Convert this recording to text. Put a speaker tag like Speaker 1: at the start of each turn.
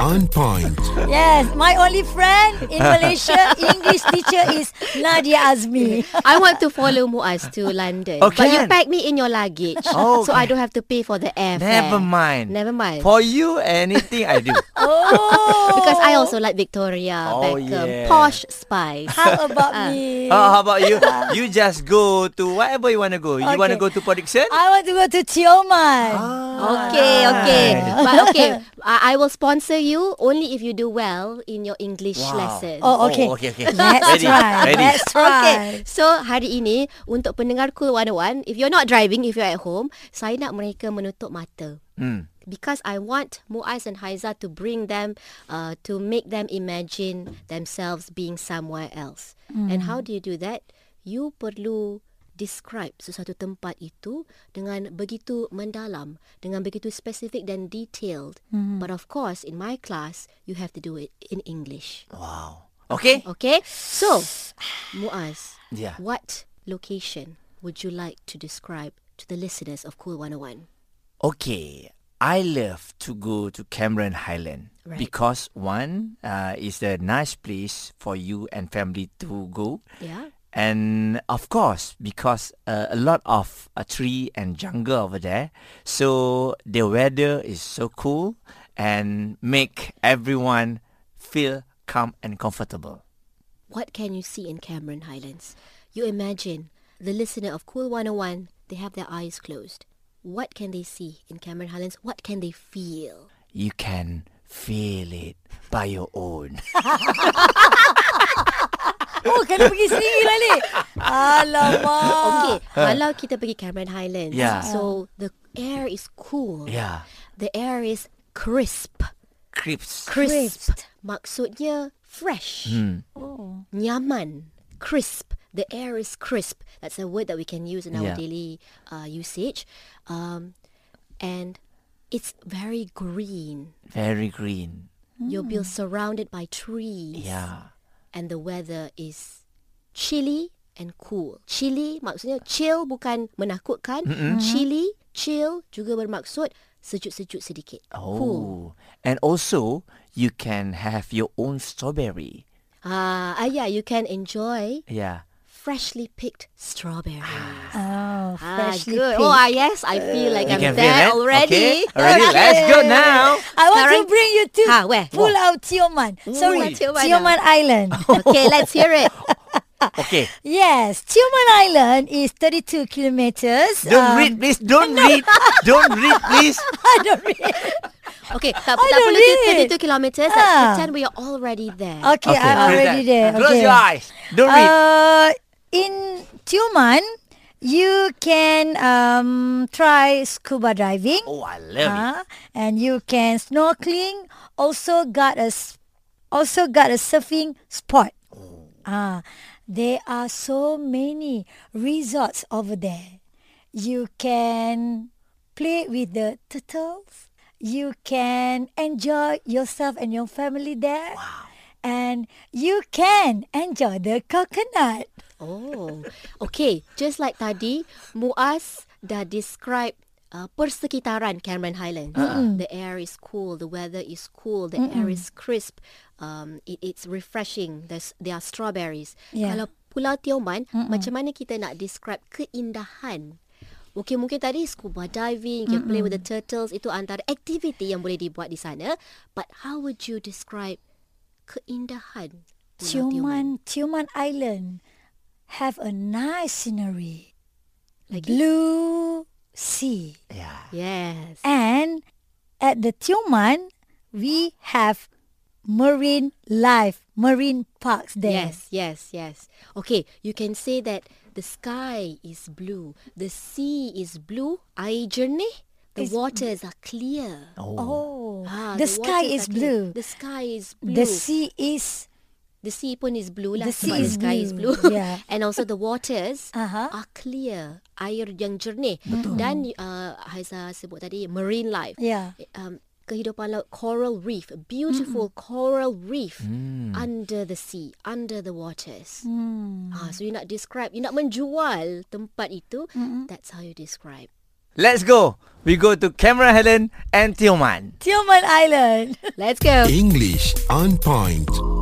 Speaker 1: on point.
Speaker 2: Yes, my only friend in Malaysia, English teacher is Nadia Azmi.
Speaker 3: I want to follow Muaz to London.
Speaker 4: Oh,
Speaker 3: but you
Speaker 4: can.
Speaker 3: pack me in your luggage.
Speaker 4: Oh,
Speaker 3: so I
Speaker 4: can.
Speaker 3: don't have to pay for the airfare.
Speaker 4: Never mind.
Speaker 3: Never mind.
Speaker 4: For you, anything I do.
Speaker 2: Oh,
Speaker 3: because I also like Victoria
Speaker 4: Oh,
Speaker 3: Beckham.
Speaker 4: yeah.
Speaker 3: Posh Spice.
Speaker 2: how
Speaker 3: Ah.
Speaker 2: about me?
Speaker 4: Oh, how about you? You just go to wherever you want to go. You want to
Speaker 2: Okay.
Speaker 4: go to Ah. Podixon?
Speaker 2: I want to go to Tioman.
Speaker 3: Okay, okay. But okay, I, I will sponsor you only if you do well in your English lessons.
Speaker 2: Oh, okay.
Speaker 4: okay, okay.
Speaker 2: Let's
Speaker 4: Ready,
Speaker 2: try.
Speaker 4: ready.
Speaker 2: Let's try.
Speaker 3: Okay, so hari ini untuk pendengar Cool 101, if you're not driving, if you're at home, saya nak mereka menutup mata.
Speaker 4: Hmm.
Speaker 3: Because I want Muaz and Haiza to bring them, uh, to make them imagine themselves being somewhere else. And how do you do that? You perlu describe sesuatu tempat itu dengan begitu mendalam, dengan begitu specific dan detailed. But of course, in my class, you have to do it in English.
Speaker 4: Wow. Okay?
Speaker 3: Okay? So, Muaz,
Speaker 4: Yeah.
Speaker 3: what location would you like to describe to the listeners of Cool 101?
Speaker 4: Okay, I love to go to Cameron Highland
Speaker 3: Right.
Speaker 4: because one uh, is a nice place for you and family to go,
Speaker 3: Yeah?
Speaker 4: and of course because uh, a lot of uh, tree and jungle over there, so the weather is so cool and make everyone feel calm and comfortable.
Speaker 3: What can you see in Cameron Highlands? You imagine the listener of Cool 101, they have their eyes closed. What can they see in Cameron Highlands? What can they feel?
Speaker 4: You can feel it by your own.
Speaker 2: Oh, kena pergi sendiri lah ni. Alamak.
Speaker 3: Okay, kalau kita pergi Cameron Highlands,
Speaker 4: Ah. Yeah.
Speaker 3: so the air is cool.
Speaker 4: yeah,
Speaker 3: The air is crisp.
Speaker 4: creeps.
Speaker 3: Crisp. Maksudnya fresh.
Speaker 4: Hmm.
Speaker 3: Nyaman. Crisp. The air is crisp. That's a word that we can use in our
Speaker 4: Yeah.
Speaker 3: daily uh, usage. Um, and it's very green.
Speaker 4: Very green.
Speaker 3: You'll be surrounded by trees.
Speaker 4: Yeah.
Speaker 3: And the weather is chilly and cool. Chilly maksudnya chill bukan menakutkan. Chilly, chill juga bermaksud sejuk-sejuk sedikit. Cool.
Speaker 4: Oh, and also you can have your own strawberry.
Speaker 3: Ah, ah, yeah, you can enjoy
Speaker 4: Yeah.
Speaker 3: freshly picked strawberries.
Speaker 2: Oh,
Speaker 3: Ah,
Speaker 2: freshly
Speaker 3: good.
Speaker 2: picked.
Speaker 3: Oh, ah, yes, I feel like I'm
Speaker 4: You can feel
Speaker 3: there
Speaker 4: that?
Speaker 3: already.
Speaker 4: Okay. Already. Let's go now.
Speaker 3: ah,
Speaker 2: I want to
Speaker 3: Sekarang-
Speaker 2: bring you to
Speaker 3: Ha, Ah, where?
Speaker 2: Pull out Tioman. Sorry,
Speaker 3: Pulau Tioman,
Speaker 2: Tioman Island.
Speaker 3: okay, let's hear it.
Speaker 4: Okay.
Speaker 2: Yes, Tioman Island is 32 kilometers. um,
Speaker 4: Don't read, please. Don't read. Don't read, please.
Speaker 2: I don't read.
Speaker 3: Okay, tak,
Speaker 2: I
Speaker 3: tak
Speaker 2: don't
Speaker 3: perlu
Speaker 2: read.
Speaker 3: 32 kilometers.
Speaker 2: Ah.
Speaker 3: Let's pretend we are already there.
Speaker 2: Okay, I'm
Speaker 4: Close
Speaker 2: already
Speaker 4: that.
Speaker 2: there.
Speaker 4: Close
Speaker 2: okay.
Speaker 4: your eyes. Don't read.
Speaker 2: Uh, in Tioman, you can um, try scuba diving.
Speaker 4: Oh, I love it.
Speaker 2: Ah, and you can snorkeling. Also got a s- also got a surfing spot. Ah, there are so many resorts over there. You can play with the turtles. You can enjoy yourself and your family there. And you can enjoy the coconut.
Speaker 3: Oh, okay. Just like tadi, Muaz dah describe uh, persekitaran Cameron Highlands. The air is cool, the weather is cool, the air is crisp, um, it, it's refreshing. There's there are strawberries.
Speaker 2: Yeah.
Speaker 3: Kalau Pulau Tioman, macam mana kita nak describe keindahan? Okay, mungkin tadi scuba diving, you can play with the turtles. Itu antara aktiviti yang boleh dibuat di sana. But how would you describe keindahan Pulau Tioman?
Speaker 2: Tioman, Tioman Island have a nice scenery.
Speaker 3: Lagi?
Speaker 2: Blue sea.
Speaker 4: Yeah.
Speaker 3: Yes.
Speaker 2: And at the Tioman, we have marine life, marine parks there.
Speaker 3: Yes, yes, yes. Okay, you can say that the sky is blue, the sea is blue, air jernih, the
Speaker 2: It's-
Speaker 3: waters are clear.
Speaker 2: Oh,
Speaker 3: Ah,
Speaker 2: the, sky
Speaker 3: waters
Speaker 2: is
Speaker 3: are clear.
Speaker 2: blue.
Speaker 3: The sky is blue.
Speaker 2: The sea is
Speaker 3: The sea pun is blue lah.
Speaker 2: The sea
Speaker 3: sebab
Speaker 2: is
Speaker 3: the sky is
Speaker 2: blue,
Speaker 3: blue.
Speaker 2: yeah. Uh-huh.
Speaker 3: And also the waters
Speaker 2: Aha.
Speaker 3: are clear. Air yang jernih. Betul. Dan uh, Haiza sebut tadi marine life.
Speaker 2: yeah.
Speaker 3: Um, kehidupan laut coral reef, a beautiful coral reef under the sea, under the waters. Ah, so you nak describe, you nak menjual tempat itu. That's how you describe.
Speaker 4: Let's go. We go to Cameron Helen and Tioman.
Speaker 2: Tioman Island.
Speaker 3: Let's go.
Speaker 1: English on point.